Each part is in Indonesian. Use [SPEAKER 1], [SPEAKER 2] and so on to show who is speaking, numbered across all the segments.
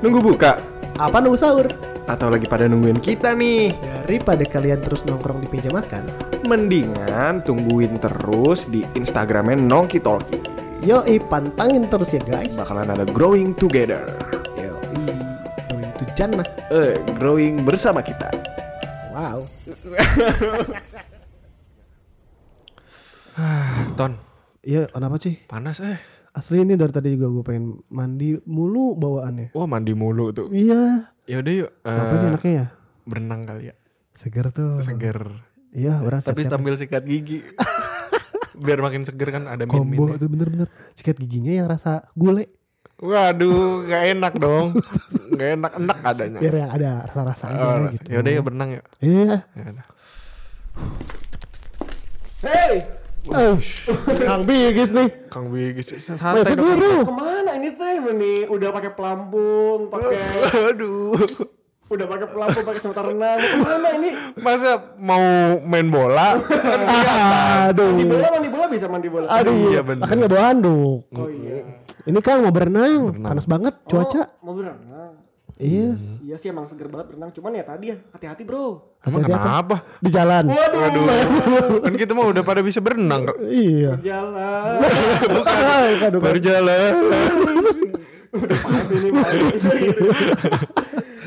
[SPEAKER 1] Nunggu buka?
[SPEAKER 2] Apa nunggu sahur?
[SPEAKER 1] Atau lagi pada nungguin kita nih?
[SPEAKER 2] Daripada kalian terus nongkrong di meja makan,
[SPEAKER 1] Mendingan tungguin terus di Instagramnya Nongki Talki.
[SPEAKER 2] yoi pantangin terus ya guys.
[SPEAKER 1] Bakalan ada growing together.
[SPEAKER 2] Yoi, going to jannah.
[SPEAKER 1] Eh, growing bersama kita.
[SPEAKER 2] Wow.
[SPEAKER 3] Eh, Ton,
[SPEAKER 2] Iya, kenapa sih?
[SPEAKER 3] panas eh.
[SPEAKER 2] Asli ini dari tadi juga gue pengen mandi mulu bawaannya.
[SPEAKER 3] Wah mandi mulu tuh.
[SPEAKER 2] Iya.
[SPEAKER 3] Yaudah yuk. eh,
[SPEAKER 2] Ngapain enaknya ya?
[SPEAKER 3] berenang kali ya.
[SPEAKER 2] Seger tuh.
[SPEAKER 3] Seger.
[SPEAKER 2] Iya, orang
[SPEAKER 3] Tapi
[SPEAKER 2] siap-siap.
[SPEAKER 3] sambil sikat gigi. Biar makin seger kan ada
[SPEAKER 2] combo
[SPEAKER 3] min-minnya.
[SPEAKER 2] tuh bener-bener sikat giginya yang rasa gule
[SPEAKER 3] Waduh, gak enak dong. gak enak enak adanya.
[SPEAKER 2] biar yang ada rasa-rasa aja
[SPEAKER 3] Oh,
[SPEAKER 2] gitu
[SPEAKER 3] Yaudah ya berenang yuk.
[SPEAKER 2] iya
[SPEAKER 3] Yaudah.
[SPEAKER 1] Hey,
[SPEAKER 2] Oh, Kang Bigis nih
[SPEAKER 3] Kang Bigis
[SPEAKER 2] Wah, itu
[SPEAKER 3] santai dong.
[SPEAKER 2] guru
[SPEAKER 1] kemana ini teh? Ini udah pakai pelampung, pakai
[SPEAKER 3] Aduh.
[SPEAKER 1] udah pakai pelampung, pakai kacamata renang. Kemana ini?
[SPEAKER 3] Masa mau main bola?
[SPEAKER 2] aduh
[SPEAKER 1] bola mandi bola bisa mandi bola. Oh, iya.
[SPEAKER 2] aduh
[SPEAKER 3] Iya,
[SPEAKER 2] iya
[SPEAKER 3] bener.
[SPEAKER 2] kan nggak bawa handuk ini Kang mau berenang panas banget cuaca
[SPEAKER 1] Mau berenang.
[SPEAKER 2] iya
[SPEAKER 3] Hmm.
[SPEAKER 1] Iya sih emang seger banget berenang, cuman ya tadi ya hati-hati bro.
[SPEAKER 3] Emang
[SPEAKER 2] Hati-hati apa?
[SPEAKER 3] kenapa?
[SPEAKER 2] di jalan
[SPEAKER 1] Waduh,
[SPEAKER 3] Kan kita mah udah pada bisa berenang.
[SPEAKER 2] iya
[SPEAKER 1] jalan.
[SPEAKER 2] Bukan, bukan.
[SPEAKER 3] Berjalan.
[SPEAKER 1] Udah panas ini panas.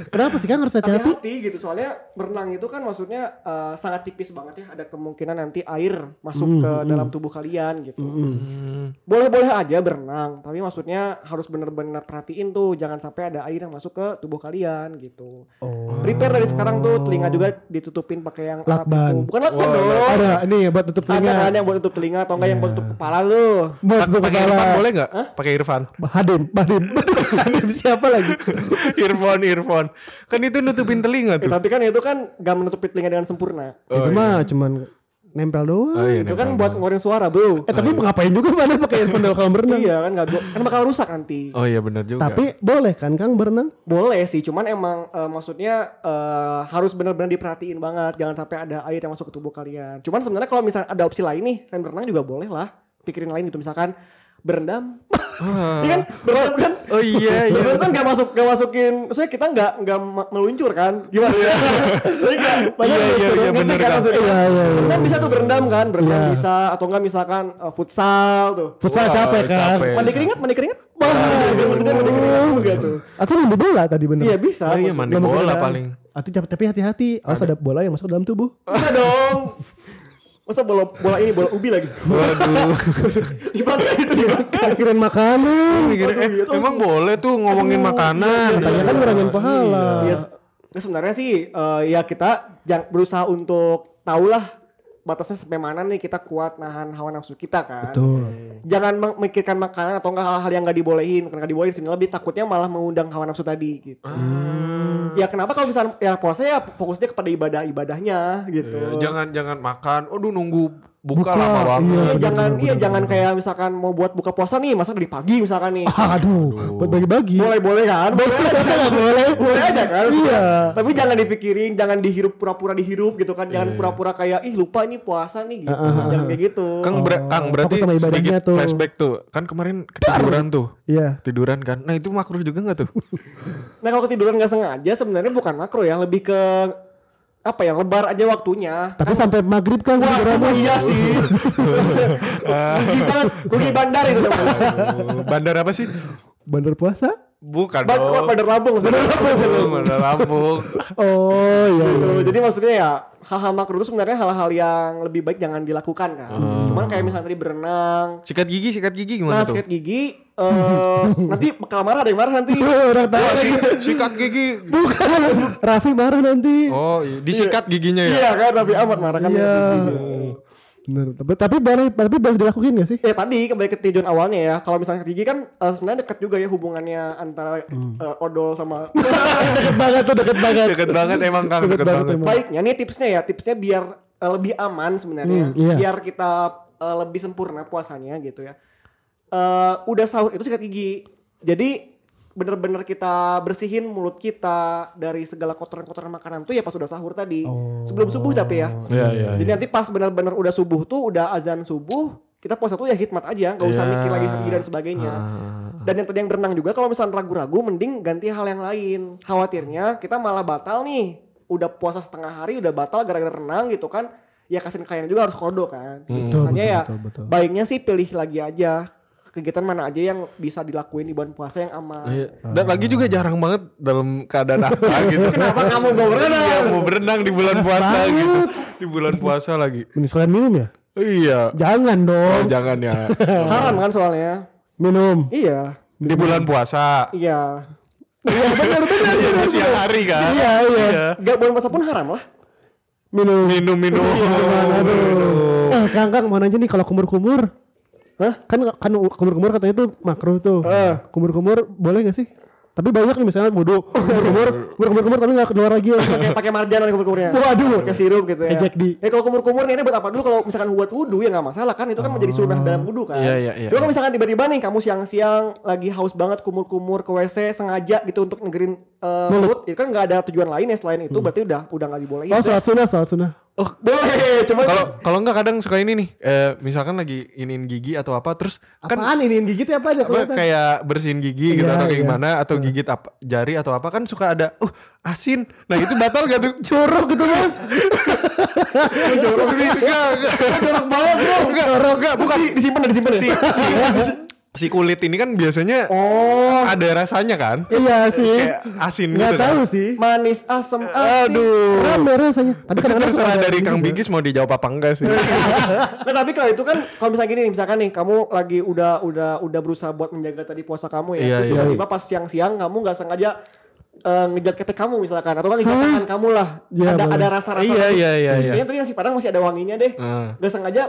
[SPEAKER 2] kenapa sih Kang harus hati-hati
[SPEAKER 1] hati-hati gitu soalnya berenang itu kan maksudnya eh, sangat tipis banget ya ada kemungkinan nanti air
[SPEAKER 2] Hmm,
[SPEAKER 1] masuk ke dalam tubuh kalian gitu boleh-boleh aja berenang tapi maksudnya harus bener-bener perhatiin tuh jangan sampai ada air yang masuk ke tubuh kalian gitu
[SPEAKER 2] oh
[SPEAKER 1] prepare dari sekarang tuh telinga juga ditutupin pakai yang alat
[SPEAKER 2] Lakban.
[SPEAKER 1] itu. bukan lakban dong
[SPEAKER 2] ada ini buat tutup
[SPEAKER 1] ada kan
[SPEAKER 2] telinga Iya.
[SPEAKER 1] yang buat tutup telinga atau enggak yang buat tutup kepala lu
[SPEAKER 2] buat tutup
[SPEAKER 3] Pakai Irfan
[SPEAKER 2] kepala
[SPEAKER 3] boleh nggak? Pakai Irfan.
[SPEAKER 2] Hadim Hadim Hadim siapa lagi
[SPEAKER 3] Oh, iya. earphone earphone kan itu nutupin telinga
[SPEAKER 1] Eh,
[SPEAKER 3] tuh
[SPEAKER 1] tapi kan itu kan gak menutupi telinga dengan sempurna
[SPEAKER 3] Oh, iya.
[SPEAKER 2] itu mah cuman nempel doang
[SPEAKER 1] itu kan buat ngeluarin suara bro
[SPEAKER 2] Eh
[SPEAKER 3] Oh,
[SPEAKER 2] tapi ngapain juga mana pakai handphone dalam kolam berenang?
[SPEAKER 1] iya kan nggak bo- kan bakal rusak nanti
[SPEAKER 3] oh iya benar juga
[SPEAKER 2] Tapi boleh kan Kang berenang?
[SPEAKER 1] Boleh sih, cuman emang eh, maksudnya eh, harus benar-benar diperhatiin banget, jangan sampai ada air yang masuk ke tubuh kalian. Cuman sebenarnya kalau misalnya ada opsi lain nih, kalian berenang juga boleh lah. Pikirin lain gitu misalkan berendam. Iya kan? Berendam kan?
[SPEAKER 3] Ah. oh iya iya
[SPEAKER 1] Berendam kan gak masuk gak masukin, maksudnya kita nggak nggak ma- meluncur kan? Gimana? ya? Jadi nggak- padahal
[SPEAKER 3] iya,
[SPEAKER 1] meluncur,
[SPEAKER 3] iya,
[SPEAKER 1] ngerti
[SPEAKER 3] bener,
[SPEAKER 1] kan
[SPEAKER 3] Kang.
[SPEAKER 1] maksudnya?
[SPEAKER 2] Iya, iya, iya.
[SPEAKER 1] Berendam bisa tuh berendam kan, berendam
[SPEAKER 2] Iya.
[SPEAKER 1] bisa atau enggak misalkan eh, futsal tuh.
[SPEAKER 2] Futsal
[SPEAKER 3] Wah,
[SPEAKER 2] capek kan?
[SPEAKER 3] capek.
[SPEAKER 1] Mandi keringat, mandi keringat.
[SPEAKER 3] Iya,
[SPEAKER 1] Wah, gitu, maksudnya mandi keringat juga tuh.
[SPEAKER 2] Atau mandi bola tadi bener?
[SPEAKER 1] Iya bisa.
[SPEAKER 3] oh iya
[SPEAKER 1] maksudnya.
[SPEAKER 3] mandi
[SPEAKER 2] Belum
[SPEAKER 3] bola
[SPEAKER 2] kedengeran.
[SPEAKER 3] paling
[SPEAKER 2] Atau cap- tapi hati-hati, awas ada bola yang masuk dalam tubuh.
[SPEAKER 1] Bisa dong. Masa bola bola ini bola ubi lagi.
[SPEAKER 3] waduh
[SPEAKER 1] Dibakar itu dibakar.
[SPEAKER 2] Mikirin makanan.
[SPEAKER 3] Mikir, eh,
[SPEAKER 1] iya tuh.
[SPEAKER 3] emang boleh tuh ngomongin makanan
[SPEAKER 2] Katanya kan ngurangin pahala.
[SPEAKER 1] Ya, se- ya sebenarnya sih eh, ya kita jang, berusaha untuk tahulah batasnya sampai mana nih kita kuat nahan hawa nafsu kita kan.
[SPEAKER 2] Betul.
[SPEAKER 1] Jangan memikirkan makanan atau enggak hal-hal yang nggak dibolehin, karena nggak dibolehin sebenarnya lebih takutnya malah mengundang hawa nafsu tadi gitu.
[SPEAKER 2] Ah.
[SPEAKER 1] Ya kenapa kalau misalnya ya puasa ya fokusnya kepada ibadah-ibadahnya gitu.
[SPEAKER 3] Iya, jangan jangan makan aduh nunggu
[SPEAKER 2] Buka,
[SPEAKER 3] buka, lama
[SPEAKER 1] Iya,
[SPEAKER 3] banget
[SPEAKER 2] bener,
[SPEAKER 1] jangan
[SPEAKER 2] bener,
[SPEAKER 1] iya
[SPEAKER 2] bener,
[SPEAKER 1] jangan kayak misalkan mau buat buka puasa nih, masak dari pagi misalkan nih.
[SPEAKER 2] Ah, Aduh, buat bagi-bagi.
[SPEAKER 1] boleh boleh kan boleh aja
[SPEAKER 2] nggak iya. boleh?
[SPEAKER 1] boleh aja kan
[SPEAKER 2] Iya.
[SPEAKER 1] tapi jangan dipikirin jangan dihirup pura-pura dihirup gitu kan
[SPEAKER 2] Iya,
[SPEAKER 1] jangan pura-pura kayak ih lupa ini puasa
[SPEAKER 2] Ah,
[SPEAKER 1] nih gitu jangan kayak gitu
[SPEAKER 2] Kan
[SPEAKER 3] Kang, ber- Kang, berarti
[SPEAKER 2] fokus sama ibadahnya
[SPEAKER 3] sedikit
[SPEAKER 2] tuh.
[SPEAKER 3] flashback tuh kan kemarin ketiduran tuh
[SPEAKER 2] Iya.
[SPEAKER 3] tiduran kan nah itu makruh juga nggak tuh
[SPEAKER 1] nah kalau ketiduran nggak sengaja sebenarnya bukan makro ya lebih ke apa ya lebar aja waktunya
[SPEAKER 2] Tapi sampai maghrib kan
[SPEAKER 1] Wah,
[SPEAKER 2] berenang.
[SPEAKER 1] emang iya sih.
[SPEAKER 2] Ah.
[SPEAKER 1] rugi banget, rugi bandar itu namanya.
[SPEAKER 3] bandar apa sih
[SPEAKER 2] Bandar puasa?
[SPEAKER 3] bukan
[SPEAKER 1] Ban- oh,
[SPEAKER 3] dong
[SPEAKER 1] bandar Lampung, bandar Lampung.
[SPEAKER 3] bandar Lampung
[SPEAKER 2] Oh iya.
[SPEAKER 1] gitu. Jadi maksudnya ya hal-hal makro itu sebenarnya hal-hal yang lebih baik jangan dilakukan kan. Cuman kayak misalnya tadi berenang,
[SPEAKER 3] sikat gigi sikat gigi
[SPEAKER 1] nah
[SPEAKER 3] gimana tuh
[SPEAKER 1] sikat gigi, eh nanti bakal marah ada yang marah nanti.
[SPEAKER 2] Orang tahu.
[SPEAKER 3] Wah, si- sikat gigi
[SPEAKER 2] Bukan. Raffi marah nanti.
[SPEAKER 3] Oh, iya. disikat giginya ya?
[SPEAKER 1] Iya kan Raffi Ahmad marah kan.
[SPEAKER 2] Iya.
[SPEAKER 1] sikat gigi.
[SPEAKER 2] Bener. Tapi tapi boleh tapi boleh dilakuin gak sih?
[SPEAKER 1] Ya tadi kembali ke tujuan awalnya ya. Kalau misalnya sikat gigi kan eh, sebenarnya dekat juga ya hubungannya antara eh, odol sama
[SPEAKER 2] deket banget tuh deket banget
[SPEAKER 3] Deket banget emang Kang, deket, banget.
[SPEAKER 2] emang.
[SPEAKER 1] baiknya nih tipsnya ya tipsnya biar eh, lebih aman sebenarnya
[SPEAKER 2] Hmm, iya.
[SPEAKER 1] biar kita eh, lebih sempurna puasanya gitu ya Eh, udah sahur itu sikat gigi jadi bener-bener kita bersihin mulut kita dari segala kotoran-kotoran makanan tuh ya pas udah sahur tadi sebelum subuh tapi ya
[SPEAKER 3] Oh. Iya, iya.
[SPEAKER 1] jadi nanti pas benar-benar udah subuh tuh udah azan subuh kita puasa tuh ya hikmat aja nggak usah
[SPEAKER 3] Ya.
[SPEAKER 1] mikir lagi hamil dan sebagainya
[SPEAKER 3] Ah.
[SPEAKER 1] dan yang tadi yang berenang juga kalau misalnya ragu-ragu mending ganti hal yang lain khawatirnya kita malah batal nih udah puasa setengah hari udah batal gara-gara renang gitu kan ya kasihin kalian juga harus kodo kan
[SPEAKER 3] Hmm,
[SPEAKER 2] Betul,
[SPEAKER 1] makanya
[SPEAKER 2] betul,
[SPEAKER 1] ya
[SPEAKER 2] betul, betul.
[SPEAKER 1] baiknya sih pilih lagi aja kegiatan mana aja yang bisa dilakuin di bulan puasa yang aman
[SPEAKER 3] Iya. Dan lagi juga jarang banget dalam keadaan apa gitu.
[SPEAKER 1] Kenapa kamu mau berenang?
[SPEAKER 3] Iya, mau berenang di bulan puasa gitu. Di bulan puasa lagi.
[SPEAKER 2] Mending sekalian minum ya?
[SPEAKER 3] Iya.
[SPEAKER 2] Jangan
[SPEAKER 3] Oh,
[SPEAKER 2] dong.
[SPEAKER 3] jangan ya.
[SPEAKER 1] haram kan soalnya
[SPEAKER 2] Minum.
[SPEAKER 1] iya
[SPEAKER 3] Di bulan puasa.
[SPEAKER 1] iya
[SPEAKER 3] Iya, di siang hari kan.
[SPEAKER 2] Iya, iya.
[SPEAKER 1] gak bulan puasa pun haram lah
[SPEAKER 2] Minum.
[SPEAKER 3] Minum, minum.
[SPEAKER 2] Iya, Aduh. Eh, Kang Kang mau nanya nih kalau kumur-kumur. Hah? Kan kan kumur-kumur katanya itu makruh tuh. Kumur-kumur boleh gak sih? Tapi banyak nih misalnya bodoh kumur-kumur, kumur-kumur tapi gak keluar lagi. Oh,
[SPEAKER 1] pakai pakai marjan oleh kumur-kumurnya. Waduh, pakai sirup gitu ya.
[SPEAKER 2] Ejek di.
[SPEAKER 1] Eh kalau kumur-kumur ini buat apa dulu kalau misalkan buat wudu ya nggak masalah kan itu kan menjadi sunnah dalam wudu kan.
[SPEAKER 3] Iya, iya, iya.
[SPEAKER 1] Cuma kalau misalkan tiba-tiba nih kamu siang-siang lagi haus banget kumur-kumur ke WC sengaja gitu untuk negerin eh, mulut, itu kan nggak ada tujuan lain ya selain itu berarti udah udah nggak dibolehin.
[SPEAKER 2] Oh, sholat sunnah, sholat sunnah.
[SPEAKER 1] Oh, boleh. Cuma
[SPEAKER 3] Kalau kalau enggak kadang suka ini nih. Eh, misalkan lagi iniin gigi atau apa terus kan
[SPEAKER 2] Apaan ini? Gigi tuh apa aja
[SPEAKER 3] apa,
[SPEAKER 2] kelihatan?
[SPEAKER 3] kayak bersihin gigi gitu
[SPEAKER 2] Iya,
[SPEAKER 3] atau kayak
[SPEAKER 2] iya.
[SPEAKER 3] gimana atau gigit apa jari atau apa kan suka ada uh asin nah itu batal gak tuh
[SPEAKER 2] Jorok gitu kan.
[SPEAKER 3] jorok nih enggak jorok banget bro enggak enggak bukan
[SPEAKER 1] disimpan disimpan
[SPEAKER 3] si, si, si kulit ini kan biasanya
[SPEAKER 1] Oh,
[SPEAKER 3] ada rasanya kan
[SPEAKER 2] Iya sih.
[SPEAKER 3] kayak asin
[SPEAKER 2] Gak
[SPEAKER 3] gitu kan
[SPEAKER 2] tahu sih.
[SPEAKER 1] manis asam asin.
[SPEAKER 3] aduh
[SPEAKER 2] Rame rasanya. Tapi
[SPEAKER 3] itu
[SPEAKER 2] kadang-kadang
[SPEAKER 3] terserah
[SPEAKER 2] suka ada
[SPEAKER 3] dari
[SPEAKER 2] ini
[SPEAKER 3] Kang
[SPEAKER 2] juga. Iya.
[SPEAKER 3] Bigis mau dijawab apa enggak sih
[SPEAKER 1] nah tapi kalau itu kan kalau misalnya gini nih, misalkan nih kamu lagi udah udah udah berusaha buat menjaga tadi puasa kamu ya
[SPEAKER 3] Iya,
[SPEAKER 1] terus
[SPEAKER 3] iya.
[SPEAKER 1] tiba-tiba pas siang-siang kamu nggak sengaja eh, ngejat ketek kamu misalkan atau kan ngejat tangan kamu lah
[SPEAKER 2] Iya,
[SPEAKER 1] ada
[SPEAKER 2] boleh.
[SPEAKER 1] ada rasa-rasa gitu. Nah,
[SPEAKER 3] Iya,
[SPEAKER 1] tertentu.
[SPEAKER 3] iya, iya, iya.
[SPEAKER 1] Kayaknya tadi nasi padang masih ada wanginya deh
[SPEAKER 3] Hmm.
[SPEAKER 1] nggak sengaja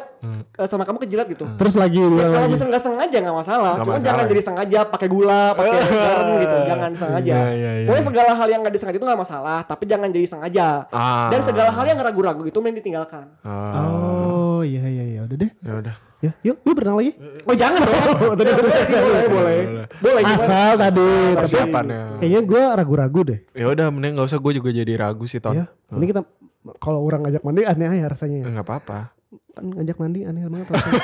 [SPEAKER 1] eh, sama kamu kejilat gitu
[SPEAKER 2] Terus lagi
[SPEAKER 1] Ya,
[SPEAKER 2] ulang
[SPEAKER 1] kalau
[SPEAKER 2] lagi.
[SPEAKER 1] misalnya nggak sengaja nggak masalah,
[SPEAKER 3] Nggak
[SPEAKER 1] cuma
[SPEAKER 3] masalah,
[SPEAKER 1] jangan
[SPEAKER 3] ya.
[SPEAKER 1] jadi sengaja pakai gula, pakai garam gitu, jangan sengaja.
[SPEAKER 3] Iya, iya, iya.
[SPEAKER 1] Pokoknya segala hal yang nggak disengaja itu nggak masalah, tapi jangan jadi sengaja.
[SPEAKER 3] Ah.
[SPEAKER 1] Dan segala hal yang ragu-ragu itu mending ditinggalkan.
[SPEAKER 2] Oh, iya iya iya udah deh.
[SPEAKER 3] ya udah
[SPEAKER 2] Ya, yuk, yuk berenang lagi.
[SPEAKER 1] Oh jangan dong. Tadi boleh sih boleh boleh.
[SPEAKER 3] Boleh.
[SPEAKER 1] Boleh. gimana?
[SPEAKER 2] Asal tadi. Tapi
[SPEAKER 3] persiapannya
[SPEAKER 2] kayaknya gue ragu-ragu deh.
[SPEAKER 3] ya udah mending nggak usah gue juga jadi ragu sih ton Eh,
[SPEAKER 2] Ya, ini kita kalau orang ngajak mandi aneh aja rasanya. ya.
[SPEAKER 3] nggak apa-apa
[SPEAKER 2] Kan ngajak mandi aneh banget rasanya.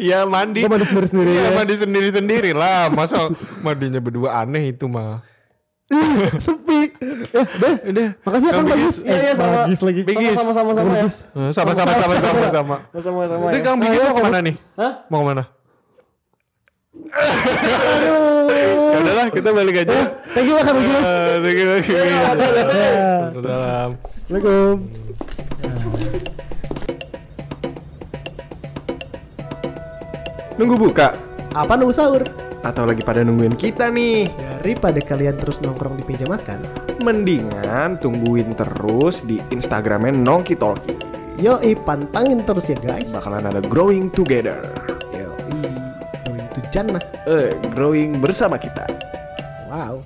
[SPEAKER 3] ya mandi
[SPEAKER 2] Gua mandi sendiri-sendiri
[SPEAKER 3] Iya,
[SPEAKER 2] ya.
[SPEAKER 3] mandi sendiri-sendiri lah masa mandinya berdua aneh itu mah
[SPEAKER 2] Sepi. Ya, deh, deh. Makasih ya
[SPEAKER 3] Kang
[SPEAKER 2] kan bagus.
[SPEAKER 3] Bigis.
[SPEAKER 1] Iya, iya, sama.
[SPEAKER 2] Bagus lagi.
[SPEAKER 3] Bigis.
[SPEAKER 1] Sama sama sama ya.
[SPEAKER 3] Eh, sama sama sama sama sama
[SPEAKER 1] Sama
[SPEAKER 2] Iya.
[SPEAKER 1] sama
[SPEAKER 3] itu
[SPEAKER 1] ya.
[SPEAKER 2] Nah,
[SPEAKER 3] Kang Bigis mau kemana nih
[SPEAKER 1] Hah?
[SPEAKER 3] mau kemana Aduh. Ya Udahlah kita balik aja.
[SPEAKER 2] Thank you lah Kang Bigis.
[SPEAKER 3] Eh, Thank you, thank you.
[SPEAKER 2] Iya,
[SPEAKER 3] Dalam.
[SPEAKER 2] Assalamualaikum.
[SPEAKER 3] Nunggu buka
[SPEAKER 2] Apa nunggu sahur?
[SPEAKER 3] atau lagi pada nungguin kita nih?
[SPEAKER 2] Daripada kalian terus nongkrong di meja makan,
[SPEAKER 3] Mendingan tungguin terus di Instagramnya Nongki Talki.
[SPEAKER 2] yoi pantangin terus ya guys.
[SPEAKER 3] Bakalan ada growing together.
[SPEAKER 2] Yoi. Going to Jannah.
[SPEAKER 3] Eh, growing bersama kita.
[SPEAKER 2] Wow.